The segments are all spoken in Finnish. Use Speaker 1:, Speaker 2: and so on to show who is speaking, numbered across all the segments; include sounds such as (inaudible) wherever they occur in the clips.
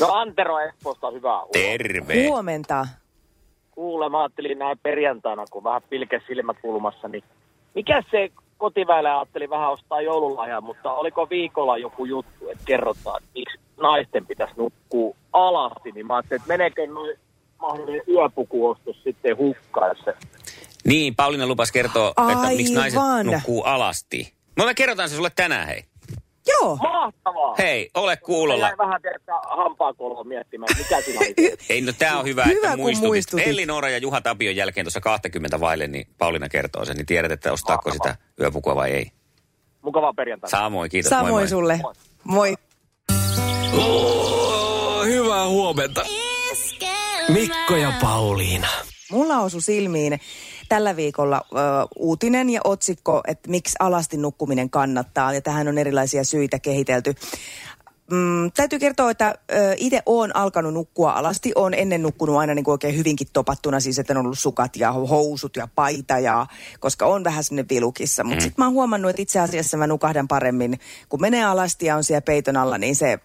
Speaker 1: No Antero Espoosta hyvää huomenta.
Speaker 2: Terve.
Speaker 3: Huomenta.
Speaker 1: Kuule, mä ajattelin näin perjantaina, kun vähän pilkes silmät kulmassa, niin mikä se kotiväellä ajatteli vähän ostaa joululahjaa, mutta oliko viikolla joku juttu, että kerrotaan, että miksi naisten pitäisi nukkua alasti, niin mä ajattelin, että meneekö noin mahdollinen yöpukuostos sitten hukkaan jos se.
Speaker 2: Niin, Pauliina lupas kertoa, että miksi naiset
Speaker 3: Aivan.
Speaker 2: nukkuu alasti. Me me kerrotaan se sulle tänään, hei.
Speaker 3: Joo.
Speaker 1: Mahtavaa!
Speaker 2: Hei, ole kuulolla.
Speaker 1: Jäi vähän kertaa hampaakolua miettimään, että mikä siinä oli.
Speaker 2: Ei, no tää on hyvä,
Speaker 3: Hyvä,
Speaker 2: että
Speaker 3: kun
Speaker 2: muistutit.
Speaker 3: muistutit.
Speaker 2: Elli Noora ja Juha Tapion jälkeen tuossa 20 vaille, niin Pauliina kertoo sen, niin tiedät, että ostaako sitä yöpukua vai ei.
Speaker 1: Mukavaa perjantaina.
Speaker 2: Samoin, kiitos. moi
Speaker 3: Samoin
Speaker 2: moi.
Speaker 3: sulle. Moi.
Speaker 4: Hyvää huomenta. Mikko ja Pauliina.
Speaker 3: Mulla osui silmiin tällä viikolla ö, uutinen ja otsikko, että miksi alasti nukkuminen kannattaa. Ja tähän on erilaisia syitä kehitelty. Mm, täytyy kertoa, että itse olen alkanut nukkua alasti. Olen ennen nukkunut aina niin kuin oikein hyvinkin topattuna, siis että on ollut sukat ja housut ja paita, ja, koska on vähän sinne vilukissa.
Speaker 2: Mm.
Speaker 3: Mutta sitten mä oon huomannut, että itse asiassa mä nukahdan paremmin. Kun menee alasti ja on siellä peiton alla, niin se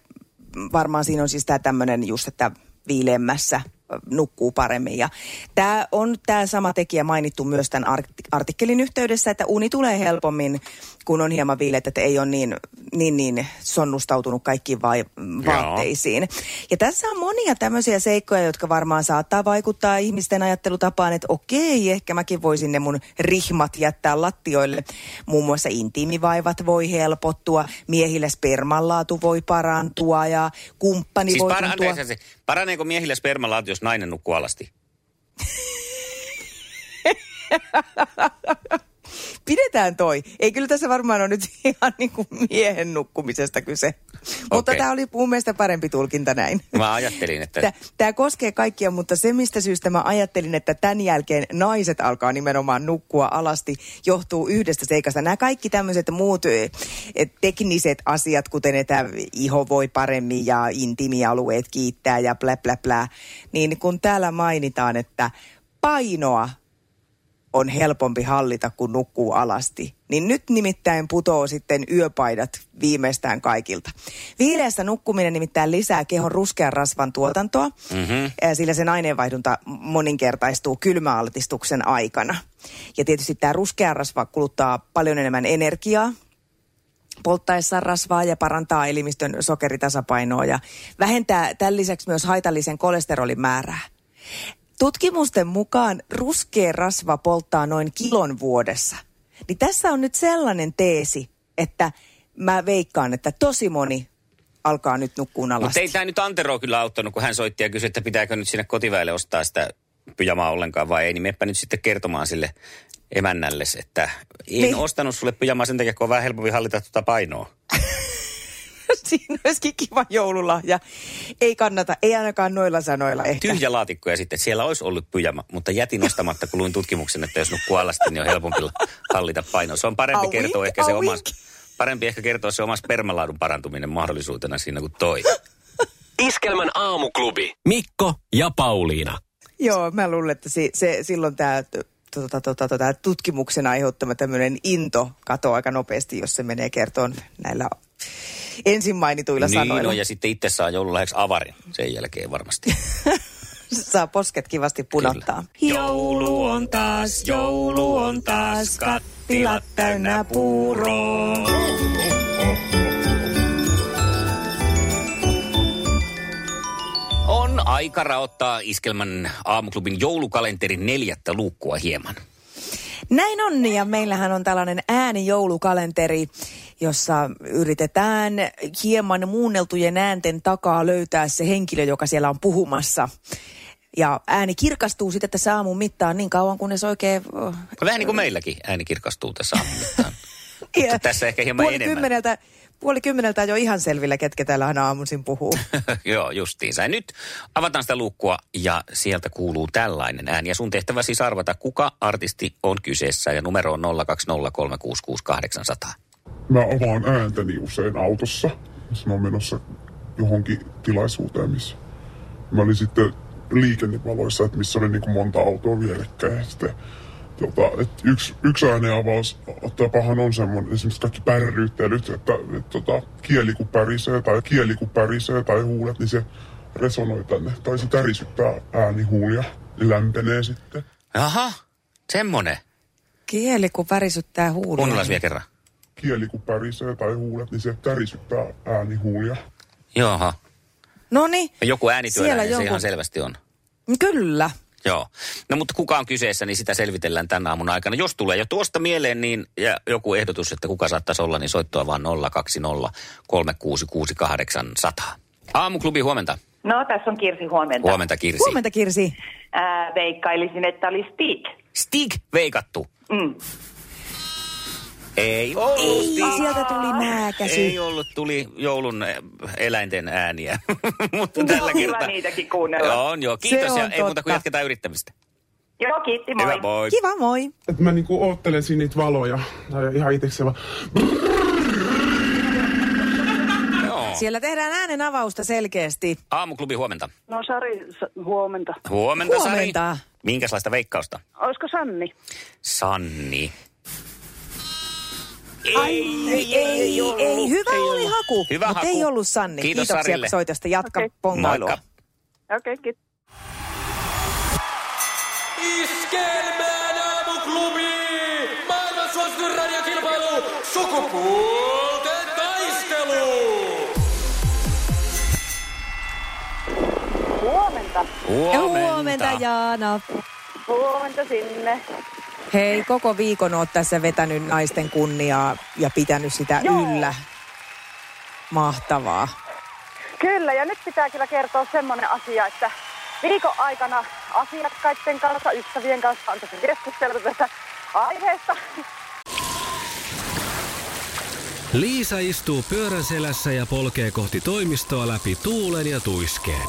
Speaker 3: mm, varmaan siinä on siis tämä tämmöinen just, että viileämmässä ö, nukkuu paremmin. Ja tämä on tämä sama tekijä mainittu myös tämän art- artikkelin yhteydessä, että uni tulee helpommin, kun on hieman viileet, että ei ole niin, niin, niin sonnustautunut kaikkiin vai- vaatteisiin. Ja tässä on monia tämmöisiä seikkoja, jotka varmaan saattaa vaikuttaa ihmisten ajattelutapaan, että okei, ehkä mäkin voisin ne mun rihmat jättää lattioille. Muun muassa intiimivaivat voi helpottua, miehillä spermanlaatu voi parantua ja kumppani
Speaker 2: Siis
Speaker 3: Niin voi
Speaker 2: para-
Speaker 3: tuntua...
Speaker 2: anteeksi, anteeksi. paraneeko miehillä spermalaatu, jos nainen nukkuu alasti?
Speaker 3: Pidetään toi. Ei kyllä tässä varmaan ole nyt (laughs) ihan niin kuin miehen nukkumisesta kyse. Mutta
Speaker 2: Okei.
Speaker 3: tämä oli mun mielestä parempi tulkinta näin.
Speaker 2: Mä ajattelin, että...
Speaker 3: Tämä koskee kaikkia, mutta se mistä syystä mä ajattelin, että tämän jälkeen naiset alkaa nimenomaan nukkua alasti, johtuu yhdestä seikasta. Nämä kaikki tämmöiset muut ö, tekniset asiat, kuten että iho voi paremmin ja intimialueet kiittää ja blä blä blä, niin kun täällä mainitaan, että painoa on helpompi hallita, kun nukkuu alasti. Niin nyt nimittäin putoo sitten yöpaidat viimeistään kaikilta. Viileässä nukkuminen nimittäin lisää kehon ruskean rasvan tuotantoa, mm-hmm. sillä sen aineenvaihdunta moninkertaistuu kylmäaltistuksen aikana. Ja tietysti tämä ruskea rasva kuluttaa paljon enemmän energiaa, polttaessaan rasvaa ja parantaa elimistön sokeritasapainoa ja vähentää tämän lisäksi myös haitallisen kolesterolin määrää. Tutkimusten mukaan ruskea rasva polttaa noin kilon vuodessa. Niin tässä on nyt sellainen teesi, että mä veikkaan, että tosi moni alkaa nyt nukkuun
Speaker 2: Mutta ei
Speaker 3: alasti.
Speaker 2: tämä nyt Antero kyllä auttanut, kun hän soitti ja kysyi, että pitääkö nyt sinne kotiväelle ostaa sitä pyjamaa ollenkaan vai ei. Niin meppä nyt sitten kertomaan sille emännälle, että en
Speaker 3: Niin.
Speaker 2: ostanut sulle pyjamaa sen takia, kun on vähän helpompi hallita tuota painoa.
Speaker 3: (laughs) Siinä olisikin kiva joululahja. Ei kannata, ei ainakaan noilla sanoilla ehkä.
Speaker 2: Tyhjä laatikko ja sitten, että siellä olisi ollut pyjama, mutta jätin ostamatta, kun luin tutkimuksen, että jos nukkuu alasti, niin on helpompi hallita painoa. Se on parempi
Speaker 3: A
Speaker 2: kertoa
Speaker 3: wink,
Speaker 2: ehkä
Speaker 3: a
Speaker 2: se
Speaker 3: wink.
Speaker 2: omas, parempi ehkä kertoa se oma spermalaadun parantuminen mahdollisuutena siinä kuin toi.
Speaker 4: Iskelmän aamuklubi. Mikko ja Pauliina.
Speaker 3: Joo, mä luulen, että se, se, silloin tämä tota, tota, tota, tutkimuksen aiheuttama tämmöinen into katoaa aika nopeasti, jos se menee kertoon näillä ensin mainituilla
Speaker 2: Niin,
Speaker 3: sanoilla.
Speaker 2: no, ja sitten itse saa joululahjaksi avarin sen jälkeen varmasti.
Speaker 3: (laughs) Saa posket kivasti punottaa.
Speaker 2: Joulu on taas, joulu on taas, kattilat täynnä puuroa. On aika raottaa Iskelman aamuklubin joulukalenterin neljättä luukkua hieman.
Speaker 3: Näin on, ja meillähän on tällainen äänijoulukalenteri, jossa yritetään hieman muunneltujen äänten takaa löytää se henkilö, joka siellä on puhumassa. Ja ääni kirkastuu sitten tässä aamun mittaan niin kauan, kunnes oikein ö,
Speaker 2: Vähän niin kuin meilläkin ääni kirkastuu tässä aamulla.
Speaker 3: Ja
Speaker 2: Mutta tässä ehkä hieman
Speaker 3: puoli
Speaker 2: enemmän.
Speaker 3: Kymmeneltä, puoli kymmeneltä jo ihan selvillä, ketkä täällä aina
Speaker 2: (laughs)
Speaker 3: aamuisin puhuu.
Speaker 2: (laughs) Joo, justiinsa. Ja nyt avataan sitä luukkua ja sieltä kuuluu tällainen ääni. Ja sun tehtävä siis arvata, kuka artisti on kyseessä ja numero on 020366800.
Speaker 5: Mä avaan ääntäni usein autossa, jos mä oon menossa johonkin tilaisuuteen, missä mä olin sitten liikennevaloissa, että missä oli niin kuin monta autoa vierekkäin. Ja Sitten, tota, että yksi, yksi äänenavaus tapahan on semmoinen, esimerkiksi kaikki pärryyttelyt, että, että tota, kieli kun pärisee tai kieli kun pärisee tai huulet, niin se resonoi tänne. Tai se tärisyttää äänihuulia ja lämpenee sitten.
Speaker 2: Aha, semmonen.
Speaker 3: Kieli, kun värisyttää huulia.
Speaker 2: Kuunnellaan vielä kerran.
Speaker 5: Kieli kun pärisee tai huulet, niin se tärisyttää äänihuulia.
Speaker 2: Joo,
Speaker 3: No niin,
Speaker 2: joku äänityöläinen se
Speaker 3: Siellä joku-
Speaker 2: ihan selvästi on.
Speaker 3: kyllä.
Speaker 2: Joo. No mutta kuka on kyseessä, niin sitä selvitellään tämän aamun aikana. Jos tulee jo tuosta mieleen, niin ja joku ehdotus, että kuka saattaisi olla, niin soittoa vaan 020 366 Aamuklubi, huomenta.
Speaker 6: No, tässä on Kirsi, huomenta.
Speaker 2: Huomenta, Kirsi.
Speaker 3: Huomenta Kirsi.
Speaker 6: Ää, veikkailisin, että oli Stig.
Speaker 2: Stig veikattu.
Speaker 6: Mm.
Speaker 2: Ei ollut
Speaker 3: Ei,
Speaker 2: Stig.
Speaker 3: sieltä tuli nääkäsy.
Speaker 2: Ei ollut, tuli joulun eh, eläinten ääniä. (laughs) mutta tällä
Speaker 6: Kiva
Speaker 2: kertaa.
Speaker 6: niitäkin kuunnella.
Speaker 2: Joo, on joo. Kiitos
Speaker 3: Se
Speaker 2: ja
Speaker 3: on
Speaker 2: ei muuta kuin
Speaker 3: totta.
Speaker 2: jatketaan yrittämistä.
Speaker 6: Joo, kiitti, moi.
Speaker 2: Hyvä, moi.
Speaker 3: Kiva, moi.
Speaker 7: Et mä niinku oottelesin niitä valoja. Tai ihan itekseen vaan.
Speaker 2: Joo.
Speaker 3: Siellä tehdään äänen avausta selkeästi.
Speaker 2: Aamuklubi, huomenta.
Speaker 8: No Sari, s- huomenta.
Speaker 2: Huomenta,
Speaker 3: Huomenta.
Speaker 2: Sari. Minkälaista veikkausta?
Speaker 8: Olisiko Sanni?
Speaker 2: Sanni.
Speaker 3: Ei, ei, ei. Hyvä oli haku,
Speaker 2: Hyvä
Speaker 3: mutta
Speaker 2: haku.
Speaker 3: ei ollut Sanni.
Speaker 2: Kiitos
Speaker 3: Kiitoksia
Speaker 2: Sarille.
Speaker 3: soitosta. Jatka
Speaker 8: Okei.
Speaker 3: pongailua.
Speaker 2: Moikka.
Speaker 8: Okei, okay,
Speaker 9: Iskelmään aamuklubi! Maailman suosituin radiokilpailu! Sukupuolten taistelu!
Speaker 8: Huomenta.
Speaker 3: Ja huomenta
Speaker 2: (laughs)
Speaker 3: Jaana.
Speaker 8: Huomenta sinne.
Speaker 3: Hei, koko viikon oot tässä vetänyt naisten kunniaa ja pitänyt sitä
Speaker 8: Joo.
Speaker 3: yllä. Mahtavaa.
Speaker 8: Kyllä, ja nyt pitää kyllä kertoa semmoinen asia, että viikon aikana asiakkaiden kanssa, ystävien kanssa on tosi keskusteltu tästä aiheesta.
Speaker 4: Liisa istuu pyörän selässä ja polkee kohti toimistoa läpi tuulen ja tuiskeen.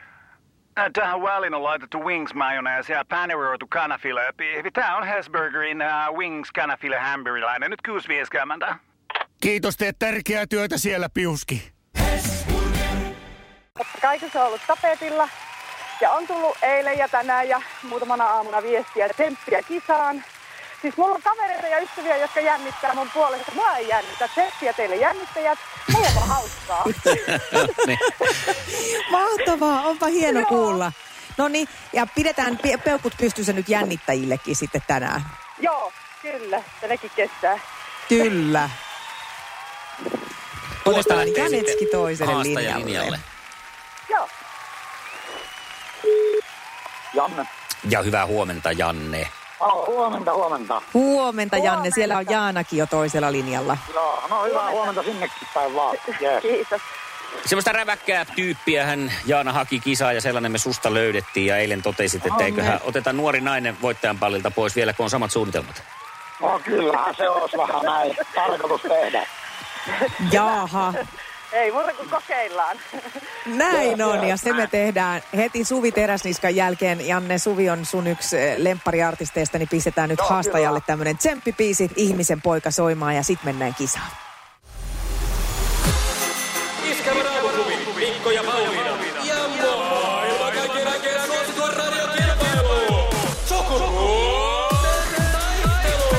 Speaker 10: Äh, Tähän väliin on laitettu wings mayonnaise ja paneroitu kanafila. Tämä on Hesburgerin uh, wings kanafila hamburilainen. Nyt kuusi vieskäämäntä.
Speaker 11: Kiitos, teet tärkeää työtä siellä, Piuski.
Speaker 8: Totta kai kun se on ollut tapetilla. Ja on tullut eilen ja tänään ja muutamana aamuna viestiä tsemppiä kisaan. Siis mulla on kavereita ja ystäviä, jotka jännittää mun puolesta. Mua ei jännitä. Tsemppiä teille jännittäjät. Mulla on vaan (laughs) hauskaa.
Speaker 3: Mahtavaa, onpa hieno
Speaker 8: Joo.
Speaker 3: kuulla. No niin, ja pidetään pe- peukut pystyssä nyt jännittäjillekin sitten tänään.
Speaker 8: Joo, kyllä. Ja nekin kestää.
Speaker 3: Kyllä.
Speaker 2: Tuosta
Speaker 3: Otetaan
Speaker 2: lähtee
Speaker 3: Janetski
Speaker 2: sitten
Speaker 3: toiselle
Speaker 2: haastajan
Speaker 3: linjalle.
Speaker 8: Joo.
Speaker 1: Janne.
Speaker 2: Ja hyvää huomenta, Janne.
Speaker 1: Oh, huomenta, huomenta.
Speaker 3: Huomenta, Janne.
Speaker 8: Huomenta.
Speaker 3: Siellä on Jaanakin jo toisella linjalla.
Speaker 1: Joo, no hyvää huomenta sinnekin päin vaan. Yes.
Speaker 8: Kiitos.
Speaker 2: Semmoista räväkkää tyyppiä hän Jaana haki kisaa ja sellainen me susta löydettiin ja eilen totesit, että eiköhän oteta nuori nainen voittajan pallilta pois vielä, kun on samat suunnitelmat.
Speaker 1: No kyllähän se olisi vähän näin tarkoitus tehdä.
Speaker 3: Jaaha,
Speaker 8: Ei muuta kuin kokeillaan.
Speaker 3: näin on ja se me tehdään heti Suvi Teräsniskan jälkeen. Janne, Suvi on sun yksi eh, lemppariartisteista, niin pistetään nyt haastajalle tämmönen tsemppipiisi, ihmisen poika soimaan ja sit mennään kisaan.
Speaker 9: Iskelmän aamuklubi, Mikko ja Pauliina. Ja maailman kaikkien aikeen suosituen radiokilpailu! Sukupuolten taistelu!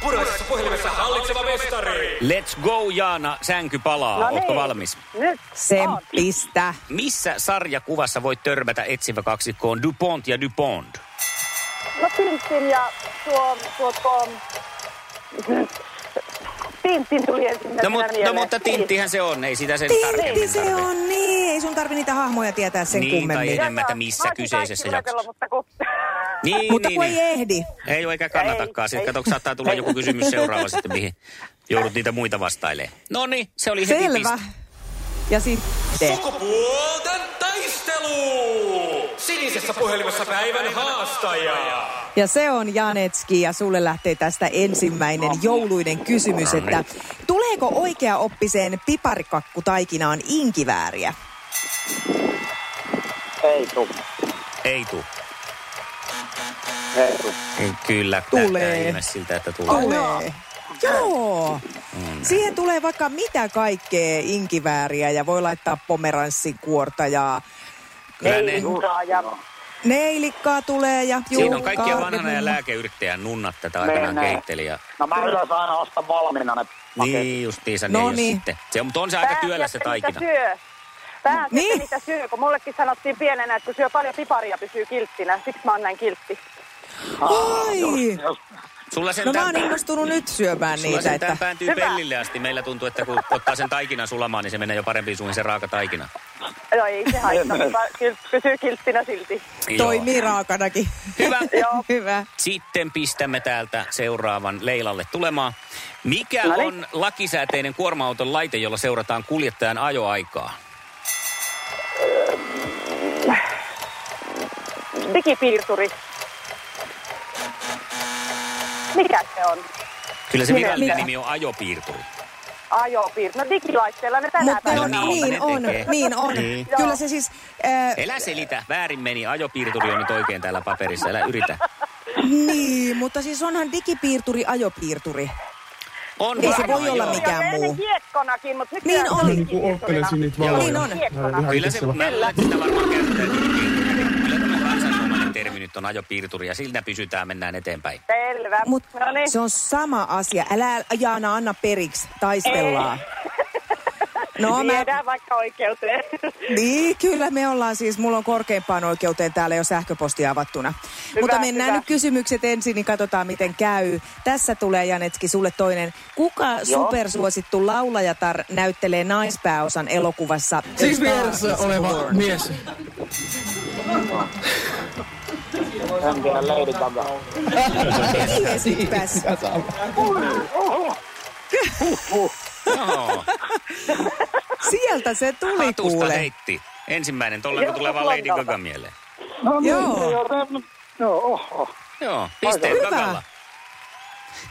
Speaker 9: Puraisessa puhelimessa hallitseva mestari.
Speaker 2: Let's go, Jaana. Sänky palaa.
Speaker 8: No
Speaker 2: Ootko
Speaker 8: niin.
Speaker 2: valmis?
Speaker 8: Nyt on.
Speaker 3: Semppistä.
Speaker 2: Missä sarjakuvassa voit törmätä etsivä kaksikkoon DuPont ja DuPont?
Speaker 8: No Pimpsin ja tuo, tuo, tuo Tintin tuli ensimmäisenä
Speaker 2: No, mut, no
Speaker 8: mieleen.
Speaker 2: mutta Tinttihän se on, ei sitä sen
Speaker 3: Tintti
Speaker 2: tarkemmin
Speaker 3: se
Speaker 2: tarvitse.
Speaker 3: on, niin. Ei sun tarvi niitä hahmoja tietää sen
Speaker 2: Niin, tai
Speaker 3: kummemmin.
Speaker 2: enemmän, että missä kyseisessä jaksossa. Niin,
Speaker 3: Mutta
Speaker 2: niin,
Speaker 3: kun
Speaker 2: niin.
Speaker 3: ei ehdi.
Speaker 2: Ei ole eikä kannatakaan. Sitten kato, saattaa tulla joku kysymys seuraava sitten, mihin joudut niitä muita vastailemaan. No niin, se oli heti
Speaker 3: Selvä.
Speaker 2: piste.
Speaker 3: Ja sitten.
Speaker 9: Sukupuolten taistelu! Sinisessä puhelimessa päivän haastaja.
Speaker 3: Ja se on Janetski ja sulle lähtee tästä ensimmäinen
Speaker 2: No.
Speaker 3: jouluinen kysymys, että tuleeko oikea oppiseen piparikakku taikinaan inkivääriä?
Speaker 1: Ei tuu.
Speaker 2: Ei tuu.
Speaker 1: Ei tuu.
Speaker 2: Kyllä, näyttää
Speaker 3: Tulee.
Speaker 2: ilme siltä, että tulee.
Speaker 3: Tulee. Joo. Siihen tulee vaikka mitä kaikkea inkivääriä ja voi laittaa pomeranssin kuorta ja
Speaker 2: Kyllä ne,
Speaker 3: neilikkaa tulee ja
Speaker 2: siinä on kaikkia
Speaker 3: juurikkaa.
Speaker 2: vanhana ja lääkeyrittäjän nunnat tätä aikanaan
Speaker 1: Mennään.
Speaker 2: keitteli. Ja,
Speaker 1: No mä yleensä aina ostan valmiina ne
Speaker 2: niin justiinsa, ne
Speaker 3: No
Speaker 2: ei ole
Speaker 3: niin.
Speaker 2: sitten. Se, on- mutta on se aika työläs se taikina.
Speaker 8: Mitä syö. Pääsette,
Speaker 3: Niin.
Speaker 8: niin? mitä syö, kun mullekin sanottiin pienenä, että kun syö paljon piparia, pysyy kilttinä. Siksi mä oon näin kiltti.
Speaker 3: Oi!
Speaker 2: Sulla sen
Speaker 3: No mä
Speaker 2: tämän,
Speaker 3: oon innostunut nyt syömään
Speaker 2: sulla
Speaker 3: niitä,
Speaker 2: sen tämän
Speaker 3: että
Speaker 2: päätyy
Speaker 8: Hyvä.
Speaker 2: pellille asti. Meillä tuntuu, että kun ottaa sen taikinan sulamaan, niin se menee jo parempiin suihin se raaka taikina.
Speaker 8: No ei se haittaa, mutta kyl- pysyy kilttinä silti.
Speaker 3: toimii raakanakin. (laughs)
Speaker 2: Hyvä.
Speaker 8: Joo.
Speaker 3: Hyvä.
Speaker 2: Sitten pistämme täältä seuraavan Leilalle tulemaan. Mikä
Speaker 8: No niin.
Speaker 2: on lakisääteinen kuorma-auton laite, jolla seurataan kuljettajan ajoaikaa?
Speaker 8: Digipiirturi. Mikä se on?
Speaker 2: Kyllä se
Speaker 8: Mikä-
Speaker 2: virallinen
Speaker 8: mikä?
Speaker 2: nimi on ajopiirturi.
Speaker 8: Ajopiirturi. No digilaitteella ne tänä
Speaker 3: Mutta
Speaker 8: päivänä
Speaker 3: no,
Speaker 2: niin, ne
Speaker 8: on.
Speaker 3: niin on,
Speaker 2: tekee.
Speaker 3: niin on.
Speaker 2: Niin.
Speaker 3: Kyllä se siis... Äh,
Speaker 2: Elä selitä, väärin meni. Ajopiirturi on nyt oikein täällä paperissa, älä yritä.
Speaker 3: Niin, mutta siis onhan digipiirturi ajopiirturi.
Speaker 2: On
Speaker 3: Ei se
Speaker 2: varmaan,
Speaker 3: voi olla
Speaker 2: joo.
Speaker 3: mikään
Speaker 8: Joo,
Speaker 3: muu.
Speaker 8: ennen kiekkonakin, mutta nyt
Speaker 3: Niin oli.
Speaker 7: Niin kuin oottelisin niitä
Speaker 2: Joo.
Speaker 7: valoja.
Speaker 3: Niin on.
Speaker 7: Ää, ihan
Speaker 2: Kyllä se,
Speaker 7: itseksevä.
Speaker 2: mä luulen, että sitä varmaan käytetään. Kyllä tämä kansanomainen termi nyt on ajopiirturi ja sillä pysytään, mennään eteenpäin.
Speaker 8: Selvä.
Speaker 3: Mut
Speaker 8: no niin.
Speaker 3: se on sama asia. Älä Jaana anna periksi, taistellaan. No mä,
Speaker 8: Viedään vaikka oikeuteen. (laughs)
Speaker 3: niin kyllä me ollaan siis, mulla on korkeimpaan oikeuteen täällä jo sähköpostia avattuna.
Speaker 8: Hyvä,
Speaker 3: Mutta mennään
Speaker 8: hyvä.
Speaker 3: nyt kysymykset ensin, niin katsotaan miten käy. Tässä tulee Janetski sulle toinen. Kuka supersuosittu laulajatar näyttelee naispääosan elokuvassa? The
Speaker 12: Siis
Speaker 3: Star
Speaker 12: vieressä
Speaker 3: is
Speaker 12: oleva
Speaker 3: Born?
Speaker 12: mies.
Speaker 1: En tiedä Lady Gaga.
Speaker 3: Tiesipäs.
Speaker 2: Joo,
Speaker 3: Sieltä se tuli
Speaker 2: hatusta
Speaker 3: kuule.
Speaker 2: heitti. Ensimmäinen, tolleen kun tulee vaan Lady Gaga mieleen.
Speaker 1: No niin,
Speaker 3: Joo.
Speaker 1: se on tämmönen- Joo, oho.
Speaker 2: Joo, pisteet
Speaker 3: Hyvä.
Speaker 2: kakalla.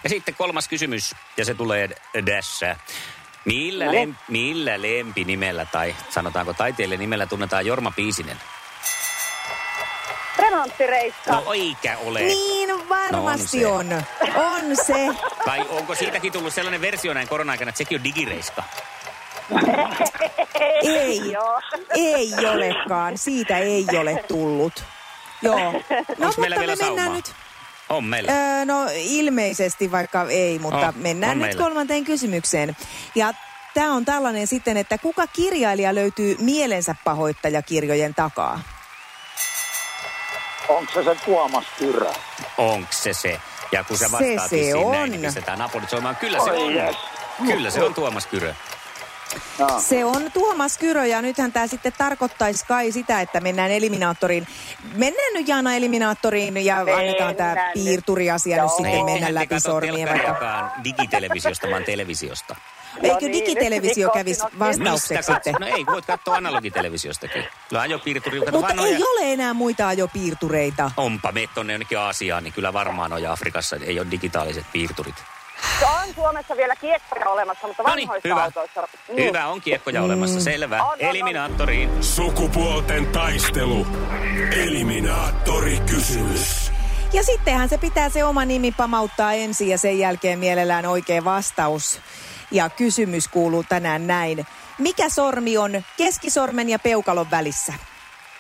Speaker 2: Ja sitten kolmas kysymys, ja se tulee d- tässä. Millä,
Speaker 3: Niin.
Speaker 2: lem, millä lempinimellä tai sanotaanko taiteilijan nimellä tunnetaan Jorma Piisinen?
Speaker 8: Remonttireikka.
Speaker 2: No eikä ole.
Speaker 3: Ah. Niin varmasti
Speaker 2: No
Speaker 3: on.
Speaker 2: on
Speaker 3: On, se.
Speaker 2: Tai onko siitäkin tullut sellainen versio näin korona-aikana, että sekin on digireiska?
Speaker 3: (laughs) Ei.
Speaker 8: Joo.
Speaker 3: Ei olekaan. Siitä ei ole tullut. Joo. No
Speaker 2: Onks meillä
Speaker 3: mutta
Speaker 2: vielä
Speaker 3: me mennään
Speaker 2: saumaa?
Speaker 3: nyt.
Speaker 2: On meillä.
Speaker 3: Öö, no ilmeisesti vaikka ei, mutta
Speaker 2: Oh,
Speaker 3: mennään
Speaker 2: on
Speaker 3: nyt
Speaker 2: meillä.
Speaker 3: kolmanteen kysymykseen. Ja tämä on tällainen sitten, että kuka kirjailija löytyy mielensä pahoittajakirjojen takaa?
Speaker 1: Onko se se Tuomas Kyrä?
Speaker 2: Onks se se? Ja kun sä
Speaker 3: Se
Speaker 2: vastaat
Speaker 3: se
Speaker 2: vissiin
Speaker 3: on.
Speaker 2: näin, niin pistetään aplodit soimaan. Kyllä se
Speaker 1: Oi
Speaker 2: on.
Speaker 1: jes.
Speaker 2: Kyllä se on Tuomas Kyrö.
Speaker 1: Joo.
Speaker 8: Ah.
Speaker 3: Se on Tuomas Kyrö ja nythän tämä sitten tarkoittaisi kai sitä, että mennään eliminaattoriin. Mennään nyt Jaana eliminaattoriin ja
Speaker 8: Mennään
Speaker 3: annetaan tämä
Speaker 8: nyt.
Speaker 3: piirturiasia nyt
Speaker 8: Joo. Niin.
Speaker 3: sitten
Speaker 2: Ei,
Speaker 3: mennä
Speaker 2: Niin. eihän te
Speaker 3: läpi
Speaker 2: kato
Speaker 3: sormien. Vaikka.
Speaker 2: telkkariakaan digitelevisiosta, vaan televisiosta.
Speaker 8: No
Speaker 3: Eikö
Speaker 8: niin,
Speaker 3: digitelevisio
Speaker 8: nyt
Speaker 3: kävisi
Speaker 8: Mikko otti
Speaker 3: vastaukseksi
Speaker 2: Mistä
Speaker 3: sitten?
Speaker 2: katsot? No ei, voit katsoa analogitelevisiostakin. Kyllä ajopiirturi, kato
Speaker 3: Mutta
Speaker 2: vaan
Speaker 3: ei
Speaker 2: noja.
Speaker 3: ole enää muita ajopiirtureita.
Speaker 2: Onpa, meet tonne jonnekin Aasiaan, niin kyllä varmaan noja Afrikassa, ei ole digitaaliset
Speaker 8: No
Speaker 2: piirturit.
Speaker 8: Se on Suomessa vielä kiekkoja olemassa, mutta
Speaker 2: Noniin,
Speaker 8: vanhoissa
Speaker 2: No niin, hyvä. Niin.
Speaker 8: autoissa. Niin.
Speaker 2: Hyvä, on kiekkoja olemassa,
Speaker 3: Mm.
Speaker 2: selvä.
Speaker 8: On, on, on.
Speaker 2: Eliminaattoriin.
Speaker 9: Sukupuolten taistelu. Eliminaattori kysymys.
Speaker 3: Ja sittenhän se pitää se oma nimi pamauttaa ensin ja sen jälkeen mielellään oikea vastaus. Ja kysymys kuuluu tänään näin. Mikä sormi on keskisormen ja peukalon välissä?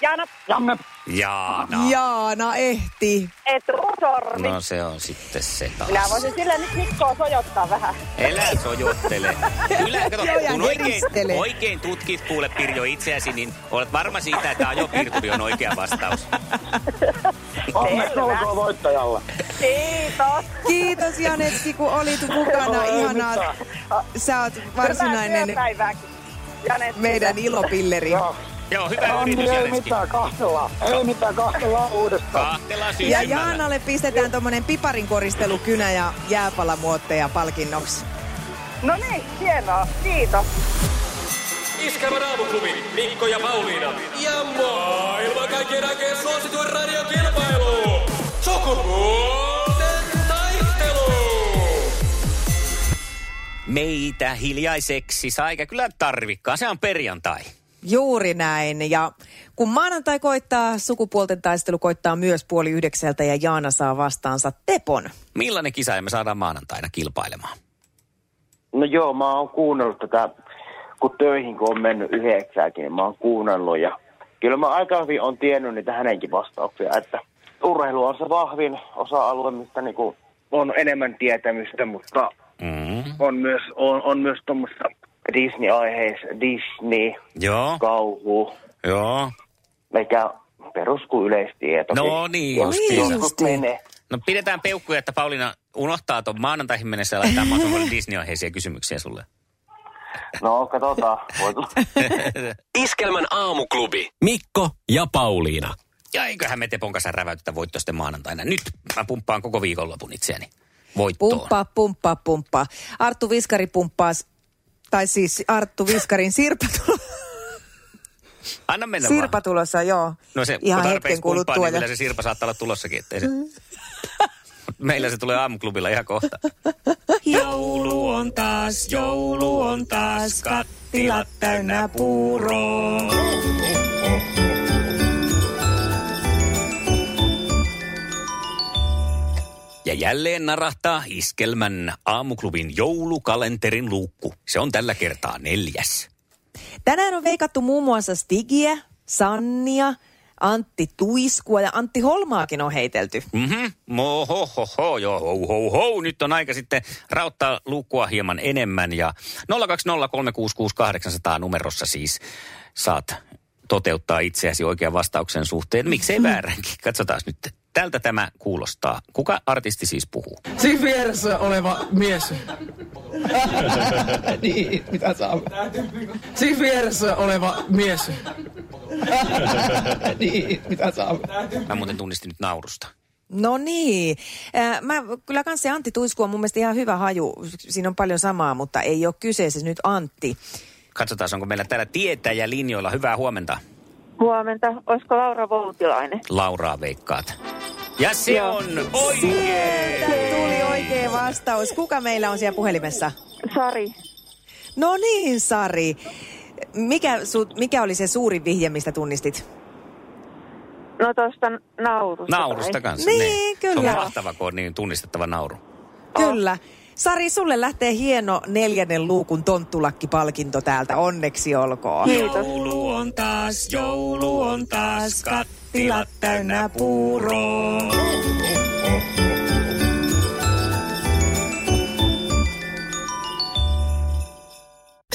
Speaker 8: Jaana,
Speaker 1: Janne.
Speaker 2: Jaana.
Speaker 3: Jaana ehti.
Speaker 8: etusormi.
Speaker 2: No se on sitten se taas.
Speaker 8: Minä voisin sillä nyt Mikkoa sojottaa vähän.
Speaker 2: Älä sojottele. Kyllä, kato,
Speaker 3: Joo, ja
Speaker 2: kun oikein,
Speaker 3: heristele.
Speaker 2: oikein tutkit kuule Pirjo itseäsi, niin olet varma siitä, että ajopiirturi on oikea vastaus.
Speaker 1: Onneksi olkoon voittajalle.
Speaker 8: Kiitos.
Speaker 3: Kiitos Janetski, kun olit mukana. Ihanaa. Sä oot varsinainen
Speaker 8: Päivääkin. Janet,
Speaker 3: meidän ilopilleri.
Speaker 2: Joo, hyvä
Speaker 12: On,
Speaker 2: yritys
Speaker 12: ei
Speaker 2: Janetski.
Speaker 12: mitään, kahtellaan. Ei mitään, kahtellaan uudestaan.
Speaker 2: Kahtela
Speaker 3: Ja
Speaker 2: sydämällä.
Speaker 3: Jaanalle pistetään tuommoinen piparin koristelukynä ja jääpalamuotteja palkinnoksi.
Speaker 8: No niin, hienoa. Kiitos.
Speaker 9: Iskävä raamuklubi, Mikko ja Pauliina. Ja maailman kaikkien aikeen suosituen radiokilpailu. Sukupuolten taistelu.
Speaker 2: Meitä hiljaiseksi saa eikä kyllä tarvikkaa. Se on perjantai.
Speaker 3: Juuri näin. Ja kun maanantai koittaa, sukupuolten taistelu koittaa myös puoli yhdeksältä ja Jaana saa vastaansa Tepon.
Speaker 2: Millainen kisa me saadaan maanantaina kilpailemaan?
Speaker 13: No joo, mä oon kuunnellut tätä, kun töihin kun on mennyt yhdeksääkin, niin mä oon kuunnellut ja kyllä mä aika hyvin on tiennyt niitä hänenkin vastauksia, että urheilu on se vahvin osa-alue, mistä niinku on enemmän tietämystä, mutta
Speaker 2: Mm.
Speaker 13: on myös, on, on myös tuommoista Disney-aiheista, Disney,
Speaker 2: Joo.
Speaker 13: kauhu,
Speaker 2: Joo.
Speaker 13: mikä perustuu yleistieto.
Speaker 2: No niin, justiinsa. No pidetään peukkuja, että Pauliina unohtaa tuon maanantaihin mennessä ja laitetaan mahdollisimman Disney-aiheisia kysymyksiä sulle.
Speaker 13: No katsotaan, voi tulla.
Speaker 4: Iskelmän aamuklubi. Mikko ja Pauliina.
Speaker 2: Ja eiköhän me Tepon kanssa räväytetä voitto sitten maanantaina. Nyt mä pumppaan koko viikonlopun itseäni voittoon.
Speaker 3: Pumppaa, pumppaa, pumppaa. Arttu Viskari pumppaa, s- tai siis Arttu Viskarin Sirpa, tulo,
Speaker 2: Anna mennä
Speaker 3: Sirpa
Speaker 2: vaan.
Speaker 3: tulossa, joo.
Speaker 2: No se,
Speaker 3: Ihan
Speaker 2: kun
Speaker 3: hetken
Speaker 2: tarpeeksi pumppaa,
Speaker 3: kuluttua.
Speaker 2: niin
Speaker 3: ja-
Speaker 2: kyllä se Sirpa saattaa olla tulossakin. Ettei
Speaker 3: (laughs)
Speaker 2: se... Meillä se tulee aamuklubilla ihan kohta.
Speaker 3: Joulu on taas, joulu on taas, kattilat täynnä puuroa.
Speaker 2: Ja jälleen narahtaa iskelmän aamuklubin joulukalenterin luukku. Se on tällä kertaa neljäs.
Speaker 3: Tänään on veikattu muun muassa Stigiä, Sannia, Antti Tuiskua ja Antti Holmaakin on heitelty.
Speaker 2: Mhm, mo ho ho ho, joo, ho, ho, ho. Nyt on aika sitten rauttaa luukkua hieman enemmän ja 020366800 numerossa siis saat toteuttaa itseäsi oikean vastauksen suhteen. Miksei vääränkin? Katsotaan nyt. Tältä tämä kuulostaa. Kuka artisti siis puhuu?
Speaker 14: Siinä vieressä oleva mies. niin, mitä saa? Siinä vieressä oleva mies. (laughs) niin, mitä saa?
Speaker 2: Mä muuten tunnistin nyt naurusta.
Speaker 3: No niin. Äh, Mä, kyllä kanssa se Antti Tuisku on mun mielestä ihan hyvä haju. Siinä on paljon samaa, mutta ei ole kyseessä nyt Antti.
Speaker 2: Katsotaan, onko meillä täällä tietäjä linjoilla. Hyvää huomenta.
Speaker 15: Huomenta. Olisiko Laura Voutilainen?
Speaker 2: Lauraa veikkaat. Ja se
Speaker 15: Joo.
Speaker 2: on oikein!
Speaker 3: Tuli oikea vastaus. Kuka meillä on siellä puhelimessa?
Speaker 15: Sari.
Speaker 3: No niin, Sari. Mikä, su, mikä oli se suurin vihje, mistä tunnistit?
Speaker 15: No tuosta naurusta.
Speaker 2: Naurusta
Speaker 15: kai.
Speaker 2: kanssa.
Speaker 3: Niin,
Speaker 2: Se on
Speaker 3: kyllä.
Speaker 2: mahtava, kun on niin tunnistettava nauru.
Speaker 3: Kyllä. Sari, sulle lähtee hieno neljännen luukun tonttulakkipalkinto täältä. Onneksi olkoon.
Speaker 2: Joulu on taas, joulu on taas, kattilat
Speaker 3: täynnä puuroa.